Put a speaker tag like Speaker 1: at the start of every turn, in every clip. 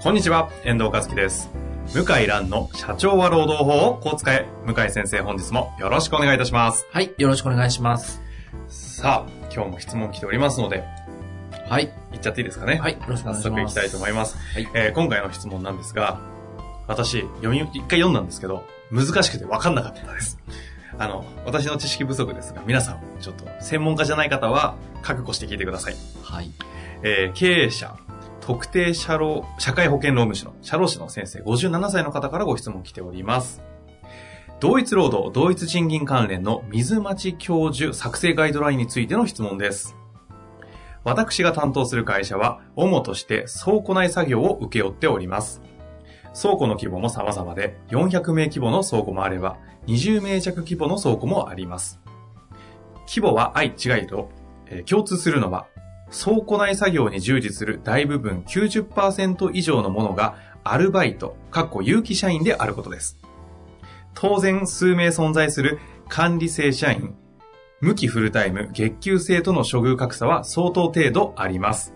Speaker 1: こんにちは、遠藤和樹です。向井蘭の社長は労働法をこう使え。向井先生、本日もよろしくお願いいたします。
Speaker 2: はい、よろしくお願いします。
Speaker 1: さあ、今日も質問来ておりますので、
Speaker 2: はい。
Speaker 1: 言っちゃっていいですかね。
Speaker 2: はい、よろしく
Speaker 1: 早
Speaker 2: お願いします。
Speaker 1: 速行きたいと思います。
Speaker 2: はい
Speaker 1: えー今回の質問なんですが、私、読み、一回読んだんですけど、難しくて分かんなかったです。あの、私の知識不足ですが、皆さん、ちょっと、専門家じゃない方は、覚悟して聞いてください。
Speaker 2: はい。
Speaker 1: えー経営者、特定社労、社会保険労務士の社労士の先生57歳の方からご質問来ております。同一労働、同一賃金関連の水町教授作成ガイドラインについての質問です。私が担当する会社は、主として倉庫内作業を請け負っております。倉庫の規模も様々で、400名規模の倉庫もあれば、20名弱規模の倉庫もあります。規模は相違いと、えー共通するのは、倉庫内作業に従事する大部分90%以上のものがアルバイト、かっこ有機社員であることです。当然数名存在する管理正社員、無期フルタイム、月給制との処遇格差は相当程度あります。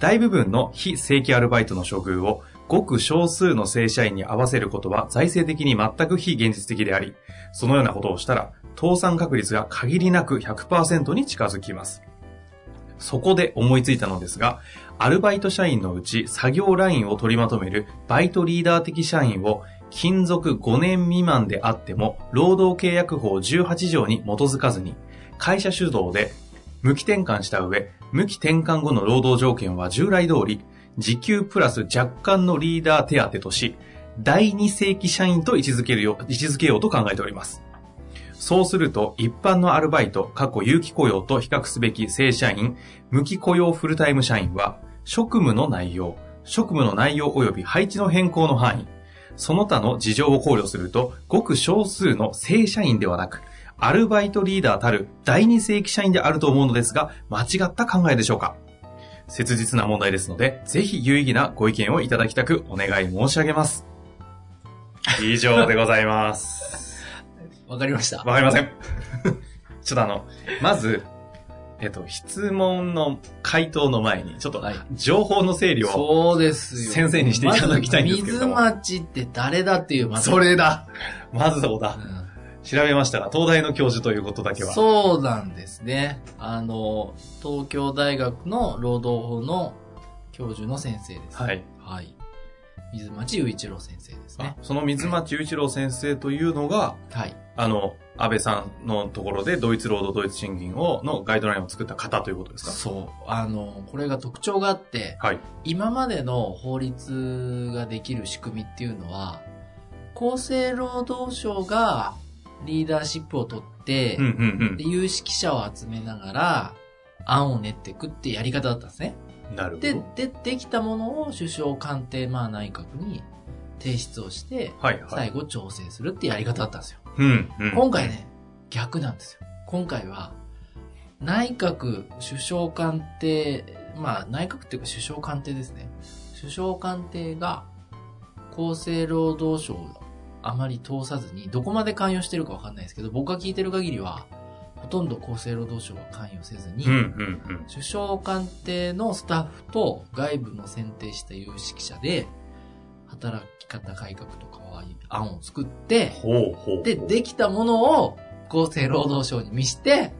Speaker 1: 大部分の非正規アルバイトの処遇をごく少数の正社員に合わせることは財政的に全く非現実的であり、そのようなことをしたら倒産確率が限りなく100%に近づきます。そこで思いついたのですが、アルバイト社員のうち作業ラインを取りまとめるバイトリーダー的社員を勤続5年未満であっても、労働契約法18条に基づかずに、会社主導で無期転換した上、無期転換後の労働条件は従来通り、時給プラス若干のリーダー手当とし、第二正規社員と位置づけるよ位置づけようと考えております。そうすると、一般のアルバイト、過去有期雇用と比較すべき正社員、無期雇用フルタイム社員は、職務の内容、職務の内容及び配置の変更の範囲、その他の事情を考慮すると、ごく少数の正社員ではなく、アルバイトリーダーたる第二正規社員であると思うのですが、間違った考えでしょうか切実な問題ですので、ぜひ有意義なご意見をいただきたくお願い申し上げます。以上でございます。
Speaker 2: わかりました。
Speaker 1: わかりません。 ちょっとあの、まず、えっと、質問の回答の前に、ちょっと
Speaker 2: はい、
Speaker 1: 情報の整理を、
Speaker 2: そうですよ。
Speaker 1: 先生にしていただきたいんですけれども
Speaker 2: まず水町って誰だっていう、まず
Speaker 1: それだまずそう
Speaker 2: う
Speaker 1: だ
Speaker 2: ん
Speaker 1: 調べましたら、東大の教授ということだけは。
Speaker 2: そうなんですね。あの、東京大学の労働法の教授の先生です。
Speaker 1: はい。
Speaker 2: はい。水町雄一郎先生です
Speaker 1: あ
Speaker 2: ね。
Speaker 1: その水町雄一郎先生というのが、
Speaker 2: はい。
Speaker 1: あの、安倍さんのところで、ドイツ労働、ドイツ賃金を、のガイドラインを作った方ということですか
Speaker 2: そう。あの、これが特徴があって、
Speaker 1: はい。
Speaker 2: 今までの法律ができる仕組みっていうのは、厚生労働省がリーダーシップを取って、
Speaker 1: うんうん
Speaker 2: で有識者を集めながら、案を練っていくってやり方だったんですね。
Speaker 1: うん。なるほ
Speaker 2: で
Speaker 1: ど。、
Speaker 2: で、できたものを首相官邸、まあ内閣に提出をして、
Speaker 1: はいは
Speaker 2: 最
Speaker 1: い。
Speaker 2: 後調整するってやり方だったんですよ。
Speaker 1: うんうん。
Speaker 2: 今回ね、逆なんですよ。今回は、内閣首相官邸、まあ内閣っていうか首相官邸ですね。首相官邸が厚生労働省をあまり通さずに、どこまで関与してるかわかんないですけど、僕が聞いてる限りは、ほとんど厚生労働省は関与せずに、
Speaker 1: うんうんうん。
Speaker 2: 首相官邸のスタッフと外部の選定した有識者で、働き方改革とかは案を作って、
Speaker 1: ほうほうほう。
Speaker 2: で、できたものを厚生労働省に見して、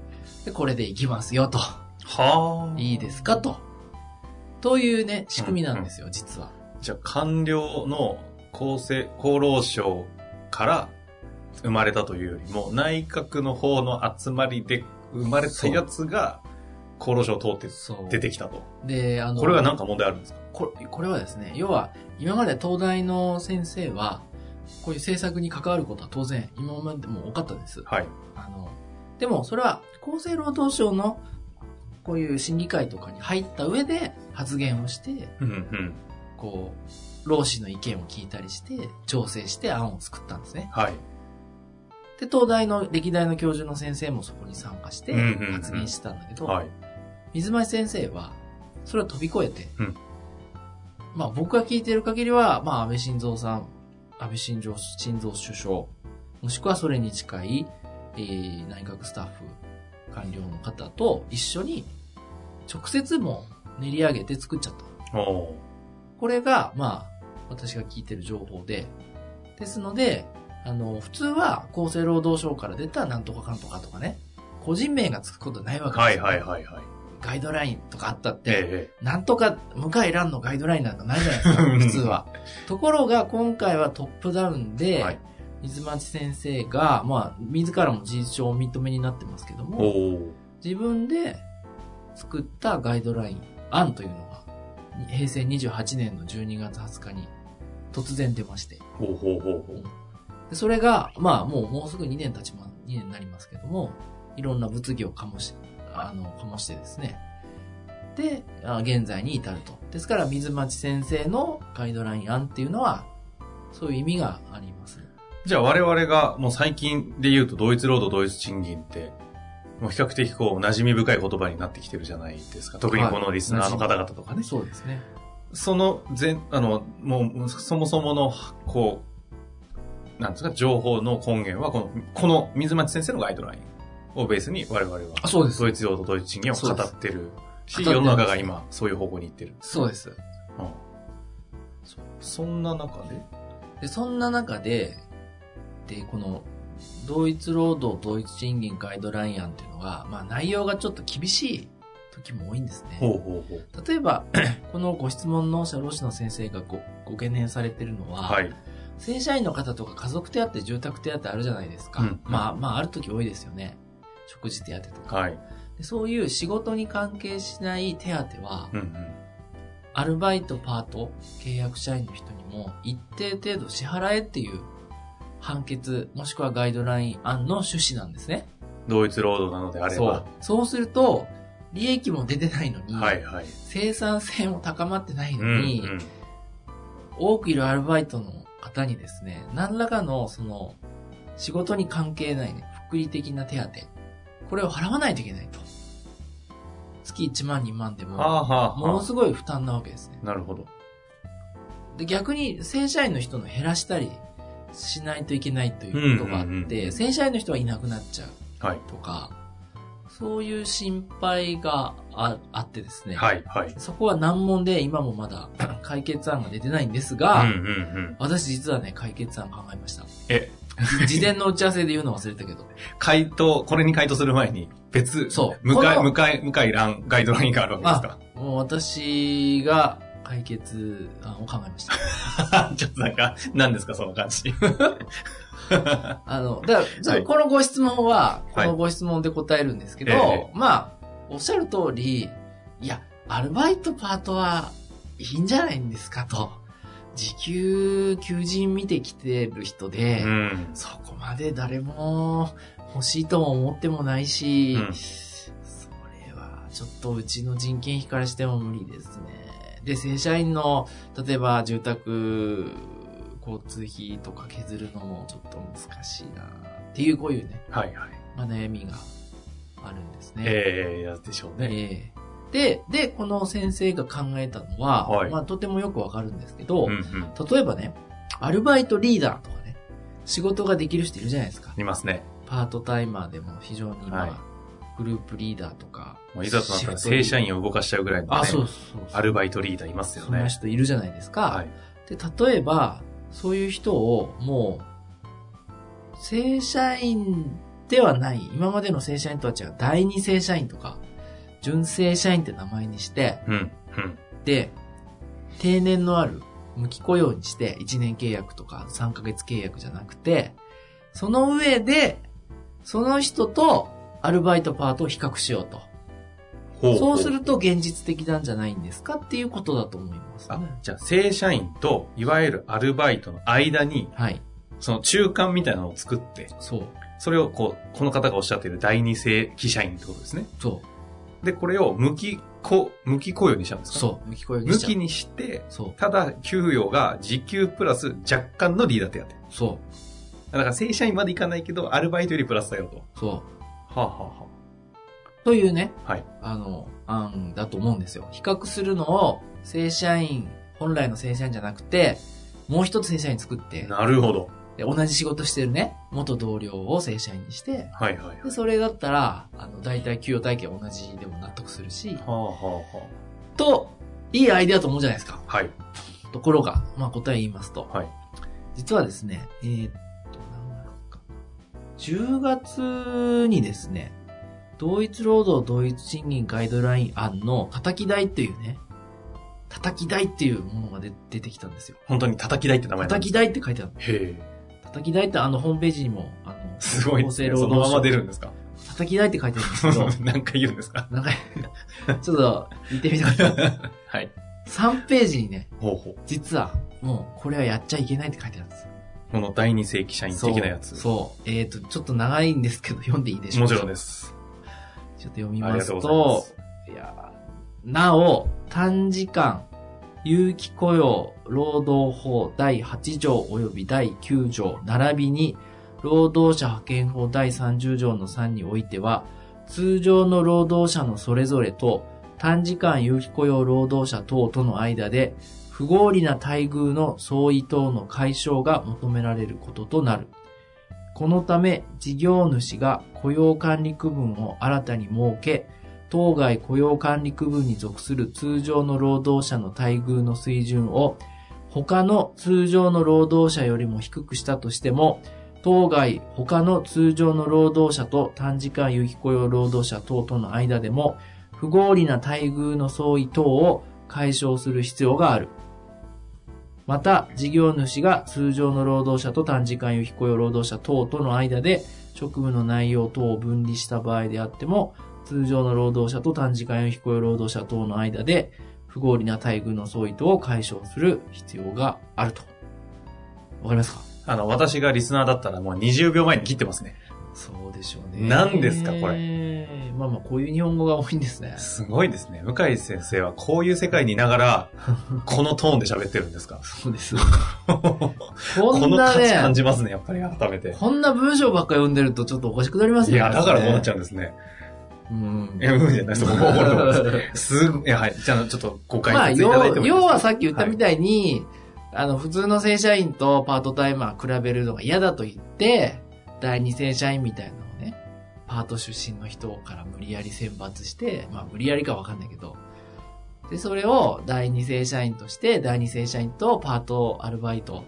Speaker 2: で、これでいきますよと。
Speaker 1: はあ。
Speaker 2: いいですかと。というね、仕組みなんですよ、実は。
Speaker 1: じゃあ官僚の厚生、厚労省から生まれたというよりも、内閣の方の集まりで生まれたやつが、厚労省を通って
Speaker 2: そう。
Speaker 1: 出てきたと。
Speaker 2: で、あの、
Speaker 1: これは何か問題あるんですか
Speaker 2: これ、これはですね、要は、今まで東大の先生は、こういう政策に関わることは当然、今までも多かったです。
Speaker 1: はい。
Speaker 2: あの、でもそれは厚生労働省のこういう審議会とかに入った上で発言をして、
Speaker 1: うんうん。
Speaker 2: こう、労使の意見を聞いたりして、調整して案を作ったんですね。
Speaker 1: はい。
Speaker 2: で、東大の歴代の教授の先生もそこに参加して
Speaker 1: うんうんうん
Speaker 2: 発言してたんだけど、
Speaker 1: はい。
Speaker 2: 水前先生は、それを飛び越えて、
Speaker 1: うん
Speaker 2: まあ僕が聞いてる限りは、まあ安倍晋三さん、安倍晋三晋三首相、もしくはそれに近い、えー内閣スタッフ、官僚の方と一緒に、直接もう練り上げて作っちゃった。
Speaker 1: おー
Speaker 2: これが、まあ、私が聞いてる情報で。ですので、あの、普通は厚生労働省から出たなんとかかんとかとかね、個人名がつくことないわけ
Speaker 1: はい
Speaker 2: ですよ
Speaker 1: はいはいはい。
Speaker 2: ガイドラインとかあったって、
Speaker 1: え
Speaker 2: なんとか、向井蘭のガイドラインなんかないじゃな いですか、普通は。ところが、今回はトップダウン
Speaker 1: え
Speaker 2: で、
Speaker 1: はい。
Speaker 2: 水町先生が、まあ、自らも事実上お認めになってますけど
Speaker 1: お
Speaker 2: も、
Speaker 1: お。
Speaker 2: 自分で作ったガイドライン、案というのが、平成28年の12月20日に突然出まして、
Speaker 1: ほうほうほうほう。
Speaker 2: でそれが、まあ、もう、もうすぐ2年経ちま、2年になりますけども、いろんな物議を醸し、あの、醸してですね。で、あ現在に至ると。ですから、水町先生のガイドライン案っていうのは、そういう意味があります。
Speaker 1: じゃあ我々がもう最近で言うと同一労働同一賃金って、もう比較的こう馴染み深い言葉になってきてるじゃないですか。特にこのリスナーの方々とかね。
Speaker 2: そうですね。
Speaker 1: その前、あの、もう、そもそもの、こう、なんですか、情報の根源は、この、この水町先生のガイドラインをベースに我々は、
Speaker 2: あそうです
Speaker 1: ドイツ用とドイツ賃金を語ってるし、世の中が今、そういう方向に行ってる。
Speaker 2: そうです。
Speaker 1: うんそそんな中で、
Speaker 2: で、そんな中で、で、この、同一労働同一賃金ガイドライン案っていうのが、まあ、内容がちょっと厳しい時も多いんですね。
Speaker 1: ほうほうほう。
Speaker 2: 例えば、 このご質問の社労士の先生がごご懸念されてるのは、
Speaker 1: はい。
Speaker 2: 正社員の方とか家族手当、住宅手当あるじゃないですか。
Speaker 1: うん
Speaker 2: まあ、まあ、ある時多いですよね。食事手当とか、
Speaker 1: はい。
Speaker 2: でそういう仕事に関係しない手当は、
Speaker 1: うんうん。
Speaker 2: アルバイト、パート、契約社員の人にも一定程度支払えっていう判決、もしくはガイドライン案の趣旨なんですね。
Speaker 1: 同一労働なのであれ
Speaker 2: そう
Speaker 1: ば、。
Speaker 2: そうすると、利益も出てないのに、
Speaker 1: はいはい。
Speaker 2: 生産性も高まってないうのに、
Speaker 1: ん
Speaker 2: 多くいるアルバイトの方にですね、何らかの、その、仕事に関係ないね、福利的な手当、これを払わないといけないと。月1万2万で
Speaker 1: うん。は
Speaker 2: も、
Speaker 1: あはあ
Speaker 2: もの
Speaker 1: は
Speaker 2: すごい負担なわけですね。
Speaker 1: あ。なるほど。
Speaker 2: で、逆に正社員の人の減らしたりしないといけないということがあって、
Speaker 1: うんうんうん
Speaker 2: 正社員の人はいなくなっちゃう
Speaker 1: はい。
Speaker 2: とか、そういう心配がああってですね、
Speaker 1: はいはい。
Speaker 2: そこは難問で今もまだ 解決案が出てないんですが、
Speaker 1: うんうんうん。
Speaker 2: 私実はね、解決案考えました。
Speaker 1: え
Speaker 2: 事前の打ち合わせで言うの忘れたけど。
Speaker 1: 回答、これに回答する前に、別、
Speaker 2: そう
Speaker 1: 向かい、
Speaker 2: この
Speaker 1: 向かい、向かい欄、ガイドラインがあるわけですか
Speaker 2: もう私が解決案を考えまし た。
Speaker 1: ちょっとなんか、何ですか、その感じ。
Speaker 2: あの、だからちょっ
Speaker 1: は
Speaker 2: と
Speaker 1: い
Speaker 2: このご質問は、こ
Speaker 1: はい
Speaker 2: のご質問で答えるんですけど、
Speaker 1: ええ
Speaker 2: まあ、おっしゃる通り、いや、アルバイトパートはいいんじゃないんですかと。時給、求人見てきてる人で、
Speaker 1: ん。
Speaker 2: そこまで誰も欲しいとも思ってもないし、
Speaker 1: うん
Speaker 2: それはちょっとうちの人件費からしても無理ですね。で、正社員の、例えば住宅、交通費とか削るのもちょっと難しいなっていう、こういうね、
Speaker 1: はいはい。
Speaker 2: まあ、悩みがあるんですね。
Speaker 1: ええやでしょうね。
Speaker 2: ええで、で、この先生が考えたのは、
Speaker 1: はい
Speaker 2: まあとてもよくわかるんですけど、
Speaker 1: うんうん。
Speaker 2: 例えばね、アルバイトリーダーとかね、仕事ができる人いるじゃないですか。
Speaker 1: いますね。
Speaker 2: パートタイマーでも非常に、まあ
Speaker 1: はい
Speaker 2: グループリーダーとか。
Speaker 1: もういざとなったら正社員を動かしちゃうぐらいの、ね、
Speaker 2: あ、そうそうそう。
Speaker 1: アルバイトリーダーいますよ
Speaker 2: そんな
Speaker 1: ね。
Speaker 2: 人いるじゃないですか。
Speaker 1: はい。
Speaker 2: で、例えば、そういう人をもう、正社員ではない、今までの正社員とは違う、第二正社員とか、純正社員って名前にして、
Speaker 1: うん。うん。
Speaker 2: で、定年のある無期雇用にして、1年契約とか3ヶ月契約じゃなくて、その上で、その人とアルバイトパートを比較しようと。
Speaker 1: ほ
Speaker 2: そうす
Speaker 1: る。
Speaker 2: ると現実的なんじゃないんですかっていうことだと思います
Speaker 1: あ
Speaker 2: ね。、
Speaker 1: じゃあ、正社員と、いわゆるアルバイトの間に、
Speaker 2: はい。
Speaker 1: その中間みたいなのを作って、
Speaker 2: そう。
Speaker 1: それをこう、この方がおっしゃっている第二正規社員ってことですね。
Speaker 2: そう。
Speaker 1: で、これを無期雇、無期雇用にしたんですか
Speaker 2: そう、無期雇用に
Speaker 1: 無
Speaker 2: しち
Speaker 1: 期
Speaker 2: ゃう。
Speaker 1: にして、
Speaker 2: そう、
Speaker 1: ただ給与が時給プラス若干のリーダー手当。
Speaker 2: そ
Speaker 1: だから正社員までいかないけど、アルバイトよりプラスだよと。
Speaker 2: う、そ
Speaker 1: はあ、はあは
Speaker 2: う。というね、
Speaker 1: はい
Speaker 2: あの、案だと思うんですよ。比較するのを、正社員、本来の正社員じゃなくて、もう一つ正社員作って、
Speaker 1: なるほど。
Speaker 2: で同じ仕事してるね、元同僚を正社員にして、
Speaker 1: はいはいはい。
Speaker 2: で、それだったら、あの、大体給与体系同じでも納得するし、
Speaker 1: はあ、はあは
Speaker 2: と、いいアイデアと思うじゃないですか。
Speaker 1: あ、はい。
Speaker 2: ところが、まあ答え言いますと、
Speaker 1: はい
Speaker 2: 実はですね、えーっと、何月か10月にですね、同一労働同一賃金ガイドライン案の叩き台っていうね、叩き台っていうものが出出てきたんですよ。
Speaker 1: 本当に叩き台って名前なんです
Speaker 2: 叩き台って書いてある。
Speaker 1: き台。へえ。
Speaker 2: 叩き台ってあのホームページにも、あの、
Speaker 1: すごいで
Speaker 2: 厚
Speaker 1: す
Speaker 2: 生
Speaker 1: ね。
Speaker 2: 労
Speaker 1: その
Speaker 2: 働省
Speaker 1: まま出るんですか
Speaker 2: 叩き台って書いてあるんですけ ど、
Speaker 1: なんか言うんですか
Speaker 2: なんか、 ちょっと見てみてください。
Speaker 1: はい。
Speaker 2: 3ページにね、
Speaker 1: ほうほう。
Speaker 2: 実は、もうこれはやっちゃいけないって書いてあるんですよ。
Speaker 1: この第二世紀社員的なやつ。
Speaker 2: そう。そうえっ、と、ちょっと長いんですけど、読んでいいでしょう
Speaker 1: も
Speaker 2: か
Speaker 1: ちろんです。
Speaker 2: ちょっと読み
Speaker 1: あり
Speaker 2: ま
Speaker 1: が
Speaker 2: す
Speaker 1: と
Speaker 2: と、
Speaker 1: うございま
Speaker 2: いやーなお、短時間、有期雇用、労働法第8条及び第9条、並びに、労働者派遣法第30条の3においては、通常の労働者のそれぞれと、短時間有期雇用労働者等との間で、不合理な待遇の相違等の解消が求められることとなる。このため、事業主が雇用管理区分を新たに設け、当該雇用管理区分に属する通常の労働者の待遇の水準を他の通常の労働者よりも低くしたとしても、当該他の通常の労働者と短時間有期雇用労働者等との間でも、不合理な待遇の相違等を解消する必要がある。また、事業主が通常の労働者と短時間有期雇用労働者等との間で職務の内容等を分離した場合であっても、通常の労働者と短時間有期雇用労働者等の間で不合理な待遇の相違等を解消する必要があると。わかりますか
Speaker 1: あの、私がリスナーだったらもう20秒前に切ってますね。
Speaker 2: そうでしょう
Speaker 1: ね何ですかこ
Speaker 2: れ。まあまあ、こういう日本語が多いんですね。
Speaker 1: すごいですね。向井先生はこういう世界にいなが ら、このトーンで喋ってるんですか
Speaker 2: そうです。
Speaker 1: こ
Speaker 2: こん
Speaker 1: の
Speaker 2: な
Speaker 1: 価値感
Speaker 2: ね、
Speaker 1: じますね、やっぱり改めて。
Speaker 2: こんな文章ばっかり読んでるとちょっとおかしくなります
Speaker 1: い
Speaker 2: よね。
Speaker 1: や、だからこうなっちゃ
Speaker 2: う。
Speaker 1: うんですね。
Speaker 2: うん
Speaker 1: い。や、うんじゃない、そこも怒ると思うんです。すごい、いやはい。じゃあ、ちょっとご解説いただいてもいいですか、
Speaker 2: まあ、要要はさっき言ったみたいに、あの、普通の正社員とパートタイマー比べるのが嫌だと言って、第二正社員みたいなのをね、パート出身の人から無理やり選抜して、まあ無理やりかわかんないけど、で、それを第二正社員として、第二正社員とパート、アルバイト、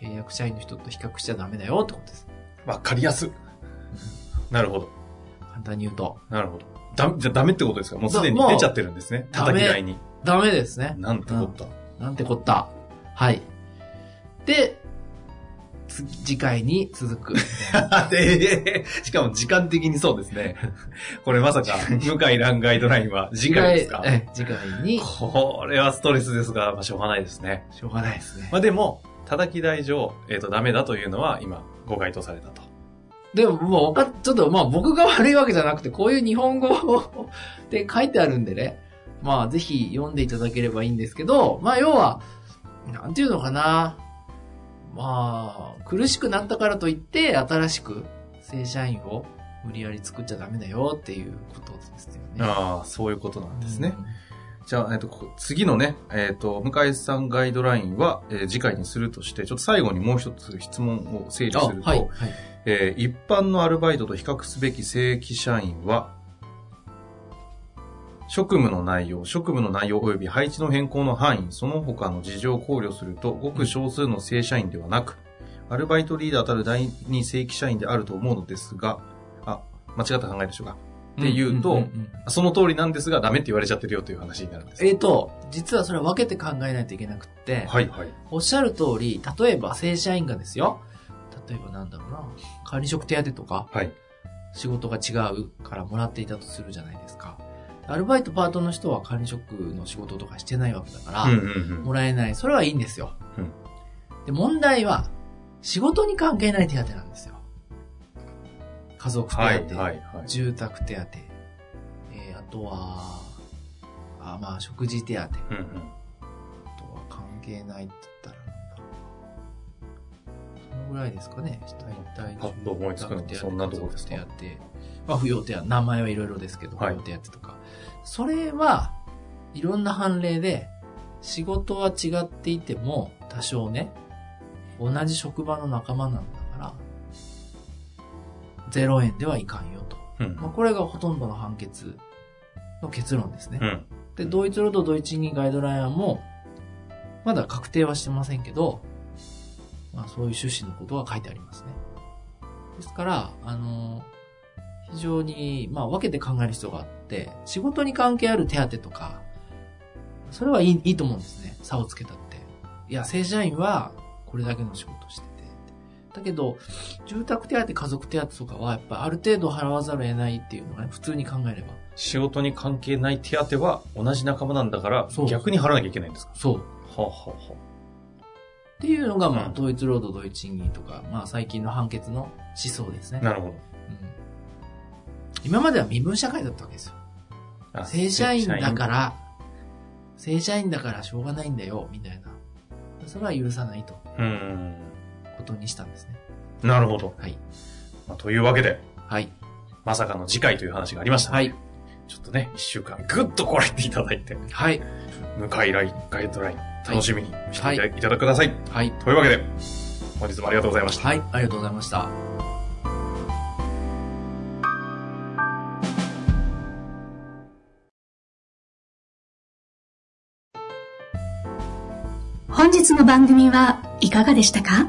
Speaker 2: 契約社員の人と比較しちゃダメだよってことです。
Speaker 1: わかりやす。なるほど。
Speaker 2: 簡単に言うと。
Speaker 1: なるほど。だ、じゃあダメってことですかもうすでに
Speaker 2: だもう
Speaker 1: 出ちゃってるんですね。
Speaker 2: ダメ
Speaker 1: 叩き台に。
Speaker 2: ダメですね。
Speaker 1: なんてこ った。
Speaker 2: なんてこった。はい。で、つ次回に続く。
Speaker 1: で、しかも時間的にそうですね。 これまさか、向井蘭ガイドラインは次回ですか
Speaker 2: ええ次回に、
Speaker 1: これはストレスですが、まあ、しょうがないですね。
Speaker 2: しょうがないですね。
Speaker 1: まあでも、叩き台上、えっ、と、ダメだというのは今、ご回答されたと。
Speaker 2: でも、もうわかっ、ちょっと、まあ僕が悪いわけじゃなくて、こういう日本語をで書いてあるんでね。まあぜひ読んでいただければいいんですけど、まあ要は、なんていうのかな。まあ、苦しくなったからといって、新しく正社員を無理やり作っちゃダメだよっていうことですよね。
Speaker 1: ああ、そういうことなんですね。じゃあ、えっと、ここ次のね、えっ、と、向井さんガイドラインは、えー次回にするとして、ちょっと最後にもう一つ質問を整理
Speaker 2: うん。あ、
Speaker 1: すると、
Speaker 2: はい。はい。
Speaker 1: えー一般のアルバイトと比較すべき正規社員は、職務の内容、職務の内容及び配置の変更の範囲、その他の事情を考慮すると、ごく少数の正社員ではなく、アルバイトリーダーたる第二正規社員であると思うのですが、あ、間違った考えでしょうか。って言うと
Speaker 2: んんん
Speaker 1: その通りなんですが、ダメって言われちゃってるよという話になるんです。
Speaker 2: えっ、と、実はそれは分けて考えないといけなくって、
Speaker 1: はいはい。
Speaker 2: おっしゃる通り、例えば正社員がですよ。例えばなんだろうな。管理職手当とか、
Speaker 1: はい。
Speaker 2: 仕事が違うからもらっていたとするじゃないですか。アルバイトパートの人は管理職の仕事とかしてないわけだから、
Speaker 1: うんうんうん。
Speaker 2: もらえない。それはいいんですよ。
Speaker 1: うん
Speaker 2: で、問題は、仕事に関係ない手当なんですよ。家族手当、
Speaker 1: はいはいはい。
Speaker 2: 住宅手当、えーあとは、あ、まあ、食事手当。あ
Speaker 1: うんうん。
Speaker 2: とは関係ないって言ったらなんだろうな。そのぐらいですかね。大体。
Speaker 1: パッと思いつくのはそんなところですか
Speaker 2: やって、まあ、扶養手当、名前はいろいろですけど、
Speaker 1: は
Speaker 2: 扶
Speaker 1: い
Speaker 2: 養手当とか。それは、いろんな判例で、仕事は違っていても、多少ね、同じ職場の仲間なんだから、0円ではいかんよと。
Speaker 1: うん
Speaker 2: まあ、これがほとんどの判決の結論ですね。
Speaker 1: うん。
Speaker 2: で、同一労働同一賃金ガイドライン案も、まだ確定はしてませんけど、まあそういう趣旨のことは書いてありますね。ですから、あの、非常に、まあ分けて考える必要があって、仕事に関係ある手当とか、それはいいいいと思うんですね。差をつけたって。いや、正社員はこれだけの仕事をしてて。だけど、住宅手当、家族手当とかは、やっぱある程度払わざるを得ないっていうのがね、普通に考えれば。
Speaker 1: 仕事に関係ない手当は同じ仲間なんだから
Speaker 2: そう、
Speaker 1: 逆に払わなきゃいけないんですか
Speaker 2: そう。
Speaker 1: はあ、はあは
Speaker 2: っていうのが、ま
Speaker 1: う
Speaker 2: あ、
Speaker 1: ん
Speaker 2: 同一労働同一賃金とか、まあ、最近の判決の思想ですね
Speaker 1: あ、。なるほど。
Speaker 2: うん今までは身分社会だったわけですよ。
Speaker 1: あ
Speaker 2: 正社員だか。ら、正社員だからしょうがないんだよ、みたいな。それは許さないと、
Speaker 1: 正社員うん。
Speaker 2: ことにしたんですね。
Speaker 1: なるほど。
Speaker 2: はい。
Speaker 1: まあというわけで、
Speaker 2: はい。
Speaker 1: まさかの次回という話がありました。
Speaker 2: はい。
Speaker 1: ちょっとね、一週間ぐっとこらえていただいて、
Speaker 2: はい。
Speaker 1: 向かいライン、ガイドライン、楽しみにしていただ,、、
Speaker 2: はい
Speaker 1: ただください。
Speaker 2: はい。
Speaker 1: というわけで、本日もありがとうございました。
Speaker 2: はい。ありがとうございました。
Speaker 3: 本日の番組はいかがでしたか